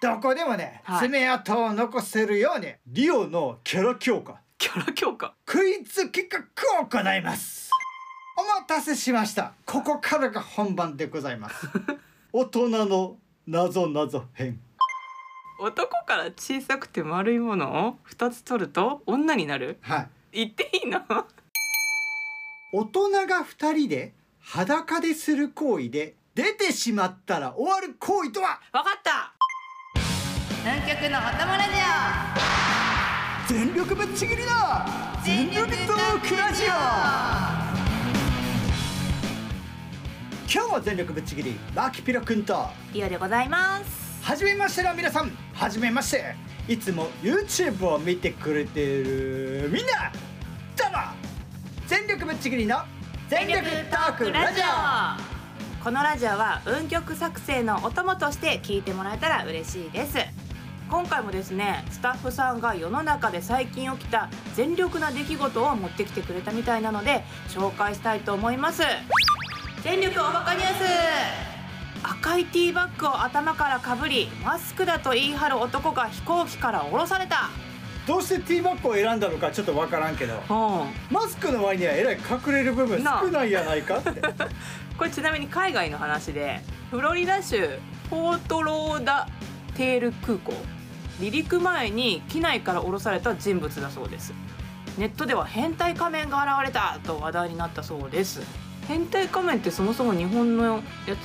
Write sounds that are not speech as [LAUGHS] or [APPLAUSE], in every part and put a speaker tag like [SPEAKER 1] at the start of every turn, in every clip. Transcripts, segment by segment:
[SPEAKER 1] どこでもね、
[SPEAKER 2] はい
[SPEAKER 1] 爪痕を残せるようにリオのキャラ強化
[SPEAKER 2] キャラ強化
[SPEAKER 1] クイズ企画を行いますお待たせしましたここからが本番でございます
[SPEAKER 3] [LAUGHS]
[SPEAKER 1] 大人の謎謎編
[SPEAKER 2] 男から小さくて丸いものを2つ取ると女になる
[SPEAKER 1] はい
[SPEAKER 2] 言っていいな
[SPEAKER 1] 大人が二人で裸でする行為で出てしまったら終わる行為とは
[SPEAKER 2] わかった
[SPEAKER 3] 南極のお供ラジ
[SPEAKER 1] 全力ぶっちぎりだ
[SPEAKER 3] オ全力トークラジオ
[SPEAKER 1] 今日も全力ぶっちぎりマキピロ君と
[SPEAKER 2] リオでございます
[SPEAKER 1] はじめましての皆さんはじめましていつも YouTube を見てくれてるみんなどうも全力ぶっちぎりの全力トークラジオ
[SPEAKER 2] オこのラジオは運極作成のお供として聞いてもらえたら嬉しいです今回もですねスタッフさんが世の中で最近起きた全力な出来事を持ってきてくれたみたいなので紹介したいと思います全力おバカニュース赤いティーバッグを頭からかぶりマスクだと言い張る男が飛行機から降ろされた
[SPEAKER 1] どうしてティーバッグを選んだのかちょっとわからんけど
[SPEAKER 2] うん
[SPEAKER 1] マスクの割にはえらい隠れる部分
[SPEAKER 2] なあ
[SPEAKER 1] 少ないやないかって [LAUGHS]
[SPEAKER 2] これちなみに海外の話でフロリダ州ポートローダテール空港離陸前に機内から降ろされた人物だそうですネットでは変態仮面が現れたと話題になったそうです変態仮面ってそもそも日本のや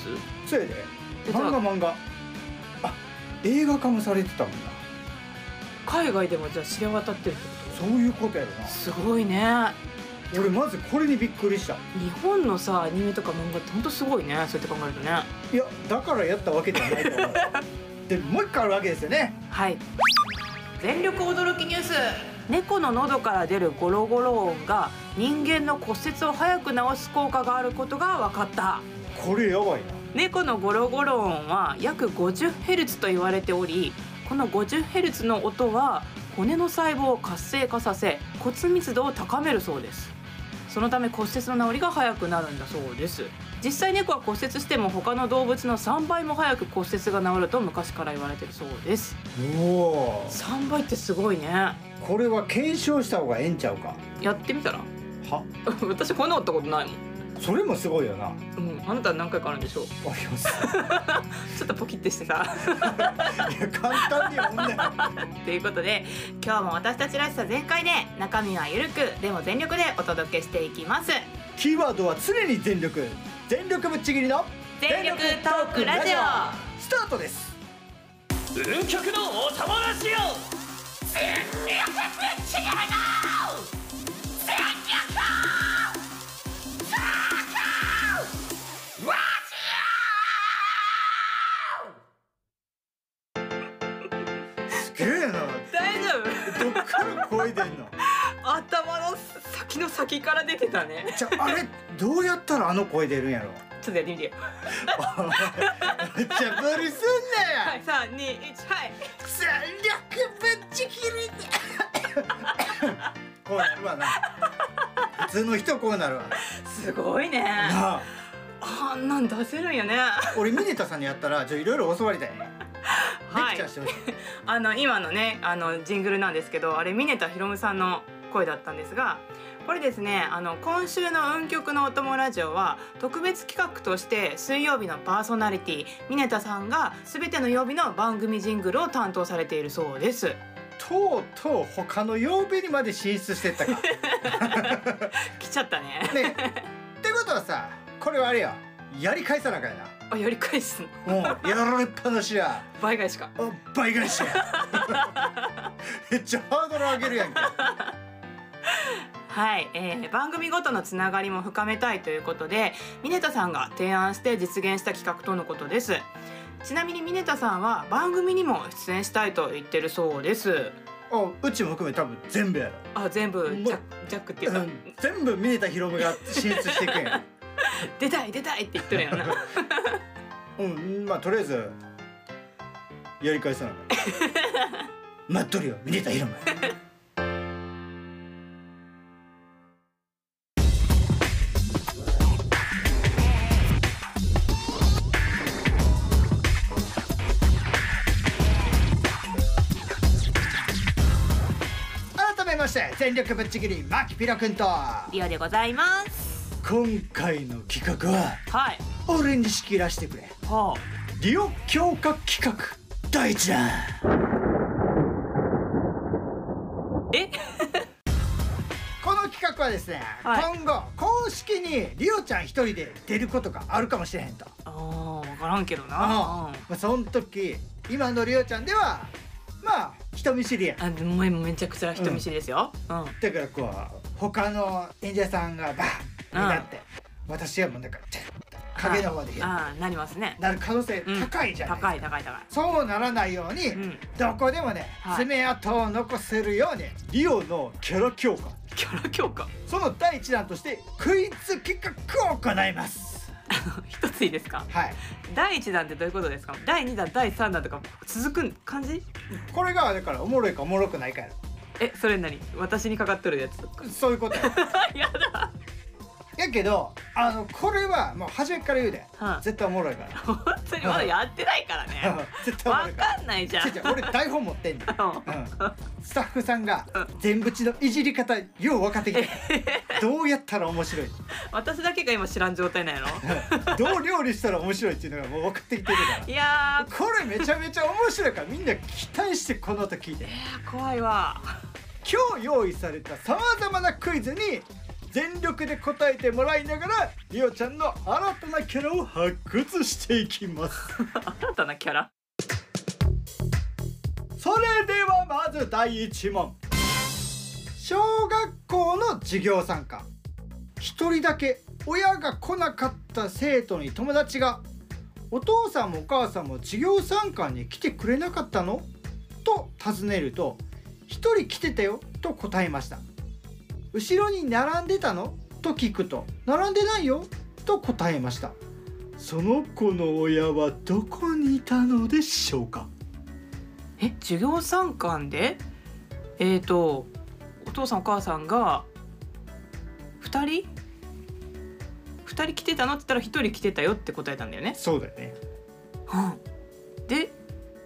[SPEAKER 2] つ
[SPEAKER 1] そうやで
[SPEAKER 2] え
[SPEAKER 1] 漫画漫画あ映画化もされてたもんな
[SPEAKER 2] 海外でもじゃあ知れ渡ってるって
[SPEAKER 1] そういうことやろ
[SPEAKER 2] こと
[SPEAKER 1] な
[SPEAKER 2] すごいね
[SPEAKER 1] 俺まずこれにびっくりした
[SPEAKER 2] 日本のさアニメとか漫画ってほんとすごいねそうやって考えるとね
[SPEAKER 1] いやだからやったわけじゃないと思 [LAUGHS] うでもう一回あるわけですよね
[SPEAKER 2] はい全力驚きニュース猫の喉から出るゴロゴロ音が人間の骨折を早く治す効果があることが分かった
[SPEAKER 1] これやばいな
[SPEAKER 2] 猫のゴロゴロ音は約 50Hz と言われておりこの 50Hz の音は骨の細胞を活性化させ骨密度を高めるそうですそのため骨折の治りが早くなるんだそうです実際猫は骨折しても他の動物の3倍も早く骨折が治ると昔から言われてるそうです
[SPEAKER 1] おお
[SPEAKER 2] 3倍ってすごいね
[SPEAKER 1] これは検証した方がええんちゃうか
[SPEAKER 2] やってみたら [LAUGHS]
[SPEAKER 1] は
[SPEAKER 2] 私こんなのったことないも
[SPEAKER 1] それもすごいよなあ
[SPEAKER 2] ん、うん、あなた何回かあるんでしょう [LAUGHS]
[SPEAKER 1] ります
[SPEAKER 2] ちょっとポキってしてさ [LAUGHS]
[SPEAKER 1] いや簡単には女が
[SPEAKER 2] ということで今日も私たちらしさ全開で中身はゆるくでも全力でお届けしていきます
[SPEAKER 1] キーワードは常に全力全力ぶっちぎりの
[SPEAKER 2] 全力トークラジオ
[SPEAKER 1] スタートです
[SPEAKER 4] 運極のおさまラジオ
[SPEAKER 1] すげえな
[SPEAKER 2] 大丈夫 [LAUGHS]
[SPEAKER 1] どっから声出んの
[SPEAKER 2] 頭の先の先から出てたね
[SPEAKER 1] じゃああれどうやったらあの声出るんやろ
[SPEAKER 2] [LAUGHS] ちょっとやってみてよ
[SPEAKER 1] めっちゃブルすんなよ
[SPEAKER 2] はい321はい
[SPEAKER 1] 全力ぶっちぎりで [LAUGHS] こうなるわな普通の人こうなるわ
[SPEAKER 2] すごいね
[SPEAKER 1] なあ
[SPEAKER 2] [LAUGHS] あんなん出せるんやね
[SPEAKER 1] 俺ミネタさんにやったらじゃあいろいろ教わりたいねレ
[SPEAKER 2] は
[SPEAKER 1] ク
[SPEAKER 2] い
[SPEAKER 1] チャーしてほしい
[SPEAKER 2] あの今のねあのジングルなんですけどあれ峰田ひろむさんの声だったんですがこれですねあの今週の「運極のお供ラジオ」は特別企画として水曜日のパーソナリティ峰田さんが全ての曜日の番組ジングルを担当されているそうです
[SPEAKER 1] とうとう他の曜日にまで進出してった
[SPEAKER 2] [LAUGHS]
[SPEAKER 1] か
[SPEAKER 2] 来ちゃったね [LAUGHS]
[SPEAKER 1] ねってことはさこれはあれよやり返さなあかんや
[SPEAKER 2] あやり返すの
[SPEAKER 1] なもうやられっぱなしや
[SPEAKER 2] 倍返しか
[SPEAKER 1] あ倍返しや
[SPEAKER 2] [LAUGHS]
[SPEAKER 1] めっちゃハードル上げるやんけ
[SPEAKER 2] はい、えー番組ごとのつながりも深めたいということで峰田さんが提案して実現した企画とのことですちなみに峰田さんは番組にも出演したいと言ってるそうです
[SPEAKER 1] あうちも含め多分全部やろ
[SPEAKER 2] あ全部
[SPEAKER 1] も
[SPEAKER 2] ジャックジャックっていう
[SPEAKER 1] う
[SPEAKER 2] か
[SPEAKER 1] ん全部ミネタヒロムが進出していくんや
[SPEAKER 2] 出たい出たいって言ってるよな
[SPEAKER 1] [LAUGHS] うんまあとりあえずやり返さなあかん待っとるよミネタヒロム
[SPEAKER 3] 全力
[SPEAKER 1] ます全力ぶっちぎりマキピロくんと
[SPEAKER 2] リオでございます
[SPEAKER 1] 今回の企画は
[SPEAKER 2] はい
[SPEAKER 1] 俺に仕切らしてくれ
[SPEAKER 2] は
[SPEAKER 1] リオ強化企画第一弾
[SPEAKER 2] あえ
[SPEAKER 1] [LAUGHS] この企画はですね、
[SPEAKER 2] はい
[SPEAKER 1] 今後公式にリオちゃん一人で出ることがあるかもしれへんと
[SPEAKER 2] あー分からんけどな
[SPEAKER 1] あ
[SPEAKER 2] あ
[SPEAKER 1] まあ、その時今のリオちゃんではまあ人見知りや
[SPEAKER 2] あでもめめちゃくちゃ人見知りですよ、うん
[SPEAKER 1] だからこう他の演者さんがバーンになって、私はもうなんかチャッ影の方で
[SPEAKER 2] ああなりますね
[SPEAKER 1] なる可能性高いじゃないですか、
[SPEAKER 2] 高い高い高い
[SPEAKER 1] そうならないように、
[SPEAKER 2] うん
[SPEAKER 1] どこでもね、
[SPEAKER 2] はい
[SPEAKER 1] 爪痕を残せるようにリオのキャラ強化
[SPEAKER 2] キャラ強化 [LAUGHS]
[SPEAKER 1] その第一弾としてクイズ企画を行います
[SPEAKER 2] 一ついいですか
[SPEAKER 1] はい
[SPEAKER 2] 第一弾ってどういうことですか第二弾第三弾とか続くん感じ
[SPEAKER 1] これがだからおもろいかおもろくないかやろ
[SPEAKER 2] えそれ何私にかかっとるやつ
[SPEAKER 1] そういうことや
[SPEAKER 2] [LAUGHS] やだ
[SPEAKER 1] やけどあのこれはもう初めから言うで、
[SPEAKER 2] はい
[SPEAKER 1] 絶対おもろいから
[SPEAKER 2] 本当にまだやってないから [LAUGHS] ね
[SPEAKER 1] [LAUGHS] 絶対おも
[SPEAKER 2] わ
[SPEAKER 1] ろいから
[SPEAKER 2] かんないじゃん
[SPEAKER 1] 違う違う俺台本持 [LAUGHS] ってんねん、う
[SPEAKER 2] うん
[SPEAKER 1] ん、スタッフさんが
[SPEAKER 2] うん
[SPEAKER 1] 全部ちのいじり方よう分かってきたからどうやったら面白い
[SPEAKER 2] [LAUGHS] 私だけが今知らん状態なんやろ
[SPEAKER 1] どう料理したら面白いっていうのがもう分かってきてるから
[SPEAKER 2] [LAUGHS] いや
[SPEAKER 1] これめちゃめちゃ面白いからみんな期待してこの後聞いて
[SPEAKER 2] ー怖いわ
[SPEAKER 1] 今日用意されたさまざまなクイズに全力で答えてもらいながらりおちゃんの新たなキャラを発掘していきます
[SPEAKER 2] 新たなキャラ
[SPEAKER 1] それではまず第1問小学校の授業参加一人だけ親が来なかった生徒に友達が「お父さんもお母さんも授業参観に来てくれなかったの?」と尋ねると「一人来てたよ」と答えました「後ろに並んでたの?」と聞くと「並んでないよ」と答えましたその子の親はどこにいたのでしょうか
[SPEAKER 2] え授業参観でえー、とお父さんお母さんが2人2人来てたのって言ったら1人来てたよって答えたんだよね。
[SPEAKER 1] そうだよね
[SPEAKER 2] で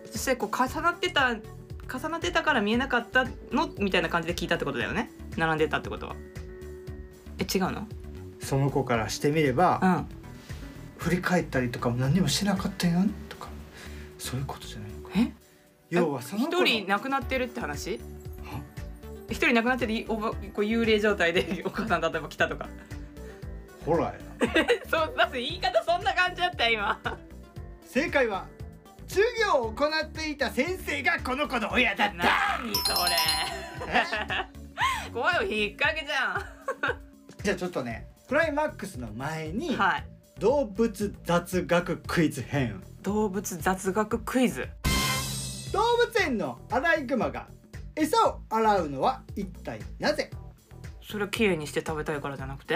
[SPEAKER 2] 実際こう重なってた重なってたから見えなかったのみたいな感じで聞いたってことだよね並んでたってことは。え違うの
[SPEAKER 1] その子からしてみれば、
[SPEAKER 2] うん
[SPEAKER 1] 振り返ったりとかも何にもしてなかったよとかそういうことじゃない
[SPEAKER 2] え
[SPEAKER 1] 要はその子の
[SPEAKER 2] 一人亡くなってるって話
[SPEAKER 1] は
[SPEAKER 2] 一人亡くなってておばこう幽霊状態で [LAUGHS] お母さん例えば来たとか [LAUGHS]
[SPEAKER 1] ほらやな
[SPEAKER 2] そうだって言い方そんな感じだったよ今
[SPEAKER 1] 正解は授業を行っていた先生がこの子の親だった
[SPEAKER 2] 何それ [LAUGHS] 怖いよ引っ掛けじゃ
[SPEAKER 1] じゃあちょっとねクライマックスの前に、
[SPEAKER 2] んはい
[SPEAKER 1] 動物雑学クイズ編
[SPEAKER 2] 動物雑学クイズ
[SPEAKER 1] 動物園のアライグマが餌を洗うのは一体なぜ
[SPEAKER 2] それをきれいにして食べたいからじゃなくて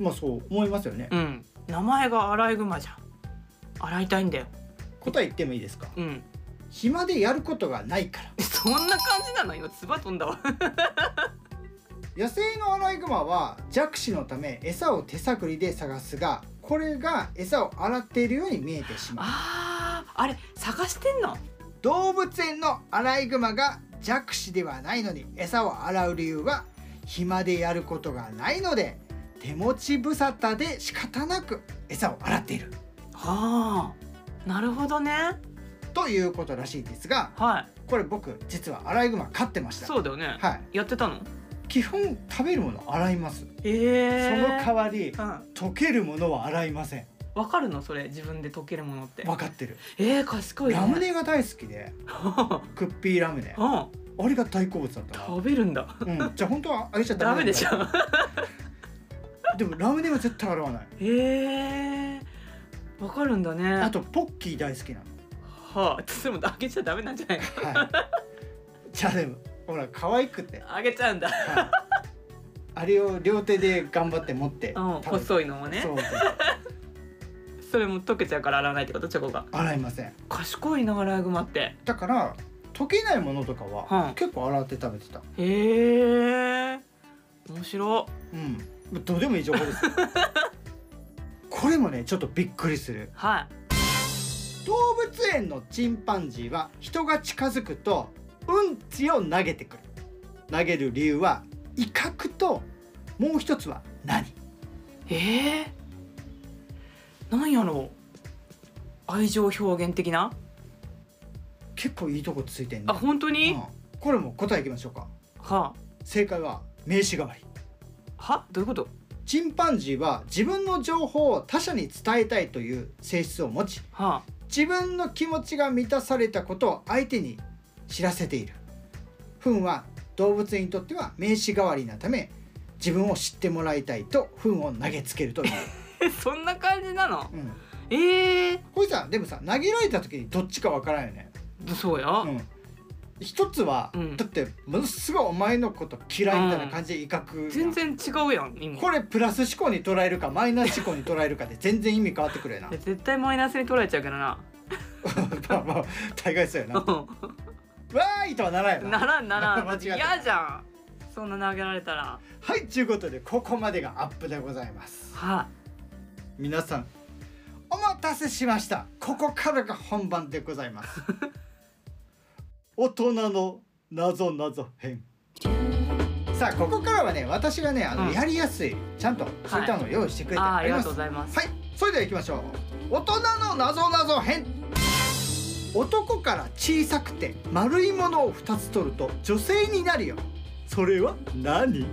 [SPEAKER 1] まあそう思いますよね、
[SPEAKER 2] うん名前がアライグマじゃん洗いたいんだよ
[SPEAKER 1] 答え言ってもいいですか
[SPEAKER 2] うん
[SPEAKER 1] 暇でやることがないから
[SPEAKER 2] そんな感じなの今唾飛んだわ
[SPEAKER 1] 野生のアライグマは弱視のため餌を手探りで探すがこれが餌を洗っているように見えてしまう
[SPEAKER 2] あーあれ探してんの
[SPEAKER 1] 動物園のアライグマが弱視ではないのに餌を洗う理由は暇でやることがないので手持ち無沙汰で仕方なく餌を洗っている
[SPEAKER 2] ああなるほどね
[SPEAKER 1] ということらしいですが
[SPEAKER 2] は
[SPEAKER 1] これ僕実はアライグマ飼ってまし
[SPEAKER 2] い
[SPEAKER 1] た
[SPEAKER 2] そうだよね、
[SPEAKER 1] はい
[SPEAKER 2] やってたの
[SPEAKER 1] 基本食べるもの洗います
[SPEAKER 2] え
[SPEAKER 1] そ
[SPEAKER 2] え
[SPEAKER 1] の代わり
[SPEAKER 2] うん
[SPEAKER 1] 溶けるものは洗いません
[SPEAKER 2] わかるのそれ自分で溶けるものって
[SPEAKER 1] 分かってる
[SPEAKER 2] えー、賢い、ね、
[SPEAKER 1] ラムネが大好きでクッピーラムネ
[SPEAKER 2] [LAUGHS] うん
[SPEAKER 1] あれが大好物だった
[SPEAKER 2] 食べるんだ
[SPEAKER 1] な、うん、じゃあ本当はあげちゃダ
[SPEAKER 2] ダ
[SPEAKER 1] メな
[SPEAKER 2] メ
[SPEAKER 1] ん
[SPEAKER 2] で
[SPEAKER 1] だ
[SPEAKER 2] しょ
[SPEAKER 1] [LAUGHS] でもラムネは絶対洗わない
[SPEAKER 2] へえー、わかるんだね
[SPEAKER 1] あとポッキー大好きな
[SPEAKER 2] はあ [LAUGHS] でもあげちゃダメなんじゃないの
[SPEAKER 1] の、はい、じゃあでもほら可愛くて、
[SPEAKER 2] あげちゃうんだ
[SPEAKER 1] はい、あれを両手で頑張って持って
[SPEAKER 2] うん
[SPEAKER 1] 食べて
[SPEAKER 2] 細いのもね
[SPEAKER 1] そうそう
[SPEAKER 2] それも溶けちゃうから洗わないってことチョコが
[SPEAKER 1] 洗いません
[SPEAKER 2] 賢いなアライグマって
[SPEAKER 1] だから溶けないものとか
[SPEAKER 2] う
[SPEAKER 1] は
[SPEAKER 2] ん
[SPEAKER 1] 結構洗って食べてた
[SPEAKER 2] へえ面白
[SPEAKER 1] うんもうどうでもいい情報
[SPEAKER 2] [LAUGHS]
[SPEAKER 1] ですこれもねちょっとびっくりする
[SPEAKER 2] は
[SPEAKER 1] 動物園のチンパンジーは人が近づくとうんちを投げてくる
[SPEAKER 2] い
[SPEAKER 1] 投げる理由は威嚇ともう一つは何
[SPEAKER 2] ええなんやろう愛情表現的な
[SPEAKER 1] 結構いいとこついてんね
[SPEAKER 2] あ本当に、
[SPEAKER 1] うんこれも答えいきましょうか
[SPEAKER 2] は
[SPEAKER 1] 正解は名刺代わり
[SPEAKER 2] はどういうこと
[SPEAKER 1] チンパンジーは自分の情報を他者に伝えたいという性質を持ち
[SPEAKER 2] は
[SPEAKER 1] 自分の気持ちが満たされたことを相手に知らせているフンは動物にとっては名刺代わりなため自分を知ってもらいたいとフンを投げつける
[SPEAKER 2] [LAUGHS]
[SPEAKER 1] という、
[SPEAKER 2] えそんな感じなの
[SPEAKER 1] うん、
[SPEAKER 2] ええ
[SPEAKER 1] これさでもさ投げられた時にどっちかわからんよね、
[SPEAKER 2] そうや、
[SPEAKER 1] うん、一つは、
[SPEAKER 2] うん
[SPEAKER 1] だってものすごいお前のこと嫌いみたいな感じで威嚇、
[SPEAKER 2] 全然違うやん今
[SPEAKER 1] これプラス思考に捉えるかマイナス思考に捉えるかで全然意味変わってく
[SPEAKER 2] [LAUGHS]
[SPEAKER 1] るよな
[SPEAKER 2] いや絶対マイナスに取られちゃうからな
[SPEAKER 1] まあまあ大概そうやな
[SPEAKER 2] [LAUGHS]
[SPEAKER 1] わ
[SPEAKER 2] う
[SPEAKER 1] ーいとはならんよ
[SPEAKER 2] ん
[SPEAKER 1] な
[SPEAKER 2] ならんなら [LAUGHS]
[SPEAKER 1] 間違
[SPEAKER 2] ん
[SPEAKER 1] えた
[SPEAKER 2] 嫌じゃんそんな投げられたら
[SPEAKER 1] はいということでここまでがアップでございます
[SPEAKER 2] は
[SPEAKER 1] 皆さんお待たせしましたここからが本番でございます
[SPEAKER 2] [LAUGHS]
[SPEAKER 1] 大人の謎謎編さあここからはね私がねあの、
[SPEAKER 2] うん
[SPEAKER 1] やりやすいちゃんとそういったのを用意してくれ
[SPEAKER 2] い
[SPEAKER 1] て
[SPEAKER 2] あー
[SPEAKER 1] あ
[SPEAKER 2] あり
[SPEAKER 1] り
[SPEAKER 2] が
[SPEAKER 1] ま
[SPEAKER 2] と
[SPEAKER 1] す
[SPEAKER 2] うございます
[SPEAKER 1] はい、それでは行きましょう。大人の謎謎編。男から小さくて丸いものを2つ取ると女性になるよ。それは何？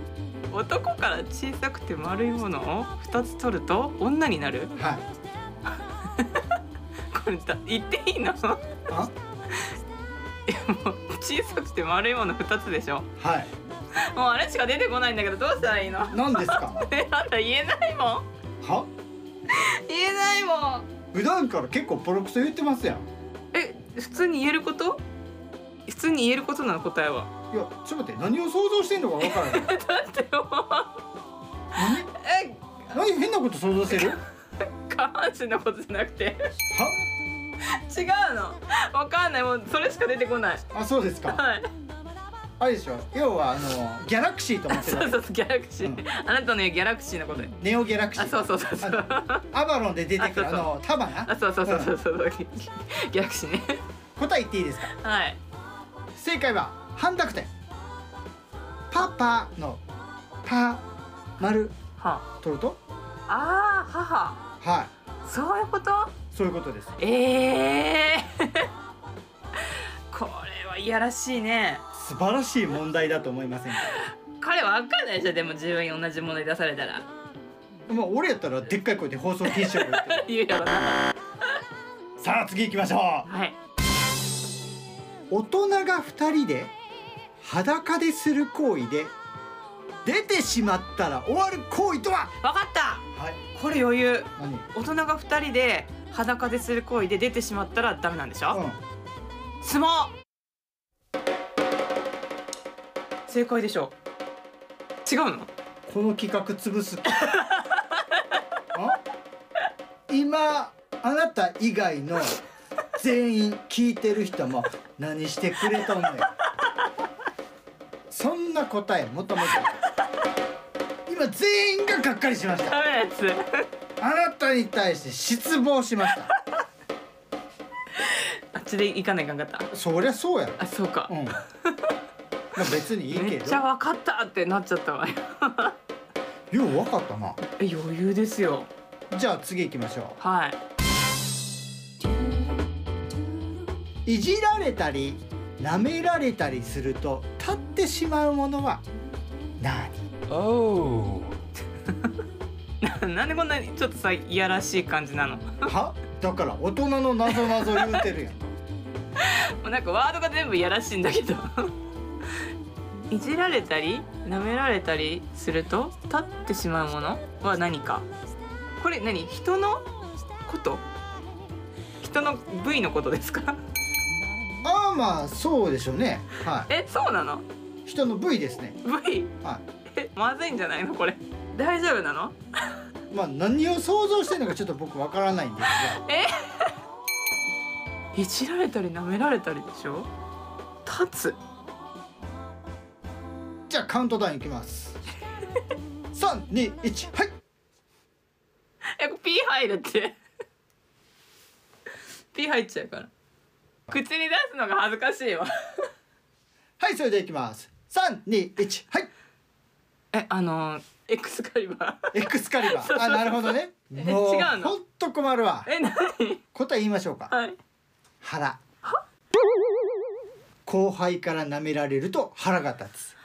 [SPEAKER 2] 男から小さくて丸いものを2つ取ると女になる
[SPEAKER 1] はい。
[SPEAKER 2] これだ言っていいのもう
[SPEAKER 1] あ、
[SPEAKER 2] 小さくて丸いもの2つでしょ
[SPEAKER 1] はい。
[SPEAKER 2] もうあれしか出てこないんだけどどうしたらいいのあん
[SPEAKER 1] 何です
[SPEAKER 2] [LAUGHS]
[SPEAKER 1] か？
[SPEAKER 2] た言えないもん
[SPEAKER 1] は？
[SPEAKER 2] 言えないもん
[SPEAKER 1] 普段から結構ボロクソ言ってますやん。
[SPEAKER 2] え普通に言えること普通に言えることなの答えは
[SPEAKER 1] いや、ちょっと待って、何を想像してんのかわからない。
[SPEAKER 2] [LAUGHS] だってもうえ
[SPEAKER 1] 何変なこと想像
[SPEAKER 2] [LAUGHS]
[SPEAKER 1] してる？は？
[SPEAKER 2] 下半身のことじゃなくて違うのわかんないもうそれしか出てこない
[SPEAKER 1] あ、そうですか。
[SPEAKER 2] はい
[SPEAKER 1] あれでしょ。要はあのギャラクシーと思って
[SPEAKER 2] そう
[SPEAKER 1] た。
[SPEAKER 2] そうそうギャラクシー、
[SPEAKER 1] う
[SPEAKER 2] あなたのギャラクシーのこと
[SPEAKER 1] ネオギャラクシー。
[SPEAKER 2] あそうそうそうそ
[SPEAKER 1] あ
[SPEAKER 2] う
[SPEAKER 1] のアバロンで出てくるあ
[SPEAKER 2] あそうそう
[SPEAKER 1] の束な
[SPEAKER 2] あそうそうそうそうそうギャラクシーね
[SPEAKER 1] 答え言っていいですか？
[SPEAKER 2] はい
[SPEAKER 1] 正解は半濁点パパのパ丸
[SPEAKER 2] は
[SPEAKER 1] 取ると
[SPEAKER 2] ああー母
[SPEAKER 1] は
[SPEAKER 2] そういうこと
[SPEAKER 1] いそういうことです
[SPEAKER 2] ええー、これはいやらしいね
[SPEAKER 1] 素晴らしい問題だと思いま
[SPEAKER 2] [LAUGHS]
[SPEAKER 1] せんか
[SPEAKER 2] 彼は分かんないでしょでも自分に同じもの出されたら
[SPEAKER 1] まあ俺やったらでっかい声で放送禁止を言ってる
[SPEAKER 2] 言うやろな
[SPEAKER 1] さあ次行きましょ
[SPEAKER 2] はいう
[SPEAKER 1] 大人が2人で裸でする行為で出てしまったら終わる行為とは
[SPEAKER 2] 分かった
[SPEAKER 1] はい
[SPEAKER 2] これ余裕
[SPEAKER 1] 何
[SPEAKER 2] 大人が二人で裸でする行為で出てしまったらダメなんでしょ、
[SPEAKER 1] うん
[SPEAKER 2] 相撲正解でしょ違うの
[SPEAKER 1] この企画潰す [LAUGHS] あ今あなた以外の全員聞いてる人も何してくれとんのよそんな答え求めてる今全員ががっかりしました
[SPEAKER 2] ダメなやつ
[SPEAKER 1] あなたに対して失望しました
[SPEAKER 2] あっちで行かないかんかった
[SPEAKER 1] そりゃそうやろ
[SPEAKER 2] あそうか、
[SPEAKER 1] うんま [LAUGHS] あ別にいい
[SPEAKER 2] め
[SPEAKER 1] け
[SPEAKER 2] っちゃ
[SPEAKER 1] ど
[SPEAKER 2] 分かったってなっちゃったわ
[SPEAKER 1] ようわかったな
[SPEAKER 2] え余裕ですよ
[SPEAKER 1] じゃあ次行きましょう
[SPEAKER 2] はい
[SPEAKER 1] いじられたり舐められたりすると立ってしまうものは何
[SPEAKER 4] Oh.
[SPEAKER 2] な [LAUGHS] なんでこんなにちょっとさいやらしい感じなのも
[SPEAKER 1] はだから大人の謎謎言うてるや
[SPEAKER 2] [LAUGHS]
[SPEAKER 1] ん
[SPEAKER 2] うなんかワードが全部いやらしいんだけどいじられたり舐められたりすると立ってしまうものは何かこれ何人のこと人の部位のことですか [LAUGHS]
[SPEAKER 1] ああまあそうでしょうねは
[SPEAKER 2] えそうなの
[SPEAKER 1] い人の部位ですね
[SPEAKER 2] 部位
[SPEAKER 1] は
[SPEAKER 2] えまずいんじゃないのこれ大丈夫なの
[SPEAKER 1] いまあ何を想像してるのかちょっと僕わからないんです
[SPEAKER 2] [LAUGHS] いじられたり舐められたりでしょ立つ
[SPEAKER 1] がじゃあカウントダウンいきます321はい
[SPEAKER 2] え、これピー入るって。 [LAUGHS] ピー入っちゃうから。口に出すのが恥ずかしいわ。
[SPEAKER 1] はいそれでいきます三二一はい
[SPEAKER 2] えあのエクスカリバー
[SPEAKER 1] エクスカリバ
[SPEAKER 2] そうそう
[SPEAKER 1] ー
[SPEAKER 2] そう
[SPEAKER 1] あなるほどね
[SPEAKER 2] え
[SPEAKER 1] もう
[SPEAKER 2] 違うの
[SPEAKER 1] ほんと困るわ
[SPEAKER 2] [LAUGHS] え何
[SPEAKER 1] 答え言いましょうか
[SPEAKER 2] はい
[SPEAKER 1] 腹後輩から舐められると腹が立つ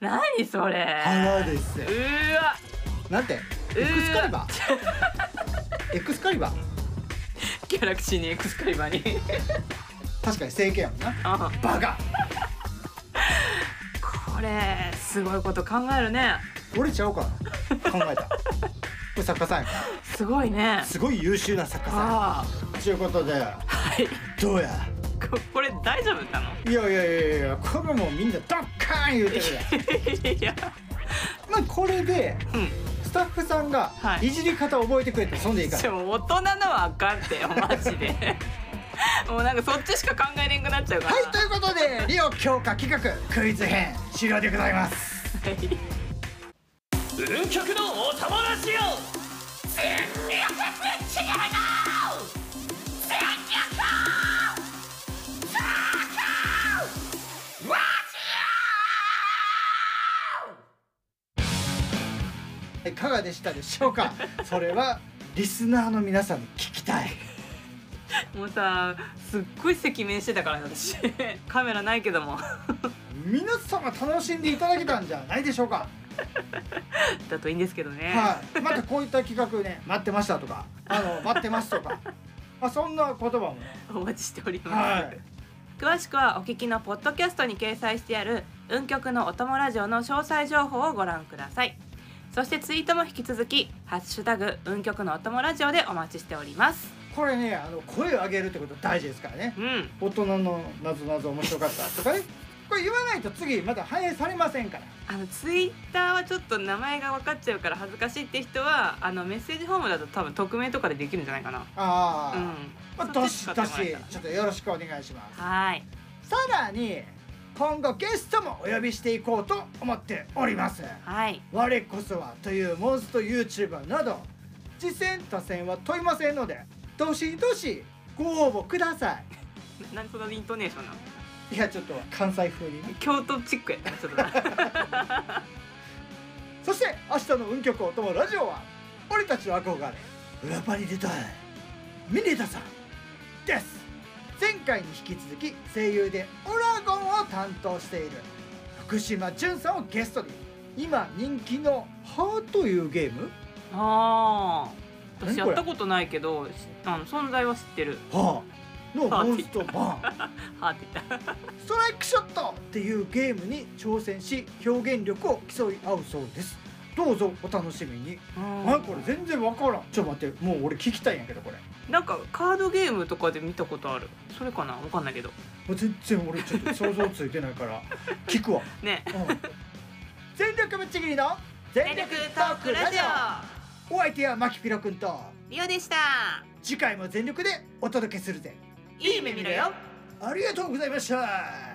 [SPEAKER 2] 何それ
[SPEAKER 1] 腹です
[SPEAKER 2] うーわ
[SPEAKER 1] なんて
[SPEAKER 2] うー
[SPEAKER 1] エクスカリバーエクスカリバー
[SPEAKER 2] ギャラクシーにエクスカリバーに [LAUGHS]
[SPEAKER 1] 確かに整形やもんな
[SPEAKER 2] あ
[SPEAKER 1] バカ
[SPEAKER 2] これすごいこと考えるね
[SPEAKER 1] 俺ちゃうかな考えたこ [LAUGHS] れ作家さんやか
[SPEAKER 2] すごいね
[SPEAKER 1] らすごい優秀な作家さん
[SPEAKER 2] あ
[SPEAKER 1] ということで
[SPEAKER 2] あはい
[SPEAKER 1] どうや
[SPEAKER 2] ここれ大丈夫なの [LAUGHS]
[SPEAKER 1] いやいやいやいやこれもうみんなドッカーン言うてる
[SPEAKER 2] [LAUGHS]
[SPEAKER 1] やん
[SPEAKER 2] いや
[SPEAKER 1] まあこれで
[SPEAKER 2] うん
[SPEAKER 1] スタッフさんが
[SPEAKER 2] はい
[SPEAKER 1] いじり方覚えてくれてそんでいいか
[SPEAKER 2] で
[SPEAKER 1] ら
[SPEAKER 2] も大人のはあかんってよマジで [LAUGHS] もうなんかそっちしか考えれんくなっちゃうから
[SPEAKER 1] はいということでリオ強化企画クイズ編終了でございます
[SPEAKER 2] はい
[SPEAKER 4] 運極のおたまらしよ
[SPEAKER 1] いかがでしたでしょうかそれはリスナーの皆さんに聞きたい
[SPEAKER 2] もうさすっごい赤面してたからね私カメラないけども
[SPEAKER 1] 皆様楽しんでいただけたんじゃないでしょうか
[SPEAKER 2] だといいんですけどね、
[SPEAKER 1] はい、またこういった企画ね待ってましたとかあの待ってますとか、まあ、そんな言葉もね、
[SPEAKER 2] お待ちしております、
[SPEAKER 1] はい、
[SPEAKER 2] 詳しくはお聞きのポッドキャストに掲載してある「運極のお供ラジオ」の詳細情報をご覧くださいそしてツイートも引き続き「ハッシュタグ運極のお供ラジオ」でお待ちしております
[SPEAKER 1] これねあの声を上げるってこと大事ですからね
[SPEAKER 2] うん
[SPEAKER 1] 大人のなぞなぞ面白かったとかねこれ言わないと次また反映されませんから
[SPEAKER 2] あのツイッターはちょっと名前が分かっちゃうから恥ずかしいって人はあのメッセージフォームだと多分匿名とかでできるんじゃないかな
[SPEAKER 1] あ
[SPEAKER 2] う
[SPEAKER 1] あ、
[SPEAKER 2] ん
[SPEAKER 1] まあ、
[SPEAKER 2] そ
[SPEAKER 1] ど
[SPEAKER 2] っ
[SPEAKER 1] し
[SPEAKER 2] ち
[SPEAKER 1] ど
[SPEAKER 2] 使
[SPEAKER 1] し
[SPEAKER 2] ってもらえたら
[SPEAKER 1] ちょっとよろしくお願いします
[SPEAKER 2] はい
[SPEAKER 1] さらに今後ゲストもお呼びしていこうと思っております
[SPEAKER 2] はい
[SPEAKER 1] 我こそはというモンスト YouTuber など次戦他戦は問いませんのでどしどしご応募くださ
[SPEAKER 2] な何そのイントネーションなの
[SPEAKER 1] いいやちょっと関西風に
[SPEAKER 2] 京都チックやなちょっとな
[SPEAKER 1] そして明日の運極を友ラジオは俺たちの憧れ裏パに出たいミネタさんです前回に引き続き声優でオラゴンを担当している福島淳さんをゲストに今人気の「ハーというゲーム
[SPEAKER 2] あー
[SPEAKER 1] 何こ
[SPEAKER 2] 私や
[SPEAKER 1] れ
[SPEAKER 2] ったことないけどしあの存在は知ってる
[SPEAKER 1] はあのモンストバーン
[SPEAKER 2] はーって言った
[SPEAKER 1] ストライクショットっていうゲームに挑戦し表現力を競い合うそうですどうぞお楽しみに、あこれ全然わからんちょっと待ってもう俺聞きたいんやけどこれ
[SPEAKER 2] なんかカードゲームとかで見たことあるそれかなわかんないけど
[SPEAKER 1] もう全然俺ちょっと想像ついてないから [LAUGHS] 聞くわ、
[SPEAKER 2] ね
[SPEAKER 1] うん全力ぶっちぎりの全お相手はマキピロくんと
[SPEAKER 2] リオでした
[SPEAKER 1] 次回も全力でお届けするぜ
[SPEAKER 2] いい夢見ろよ
[SPEAKER 1] ありがとうございました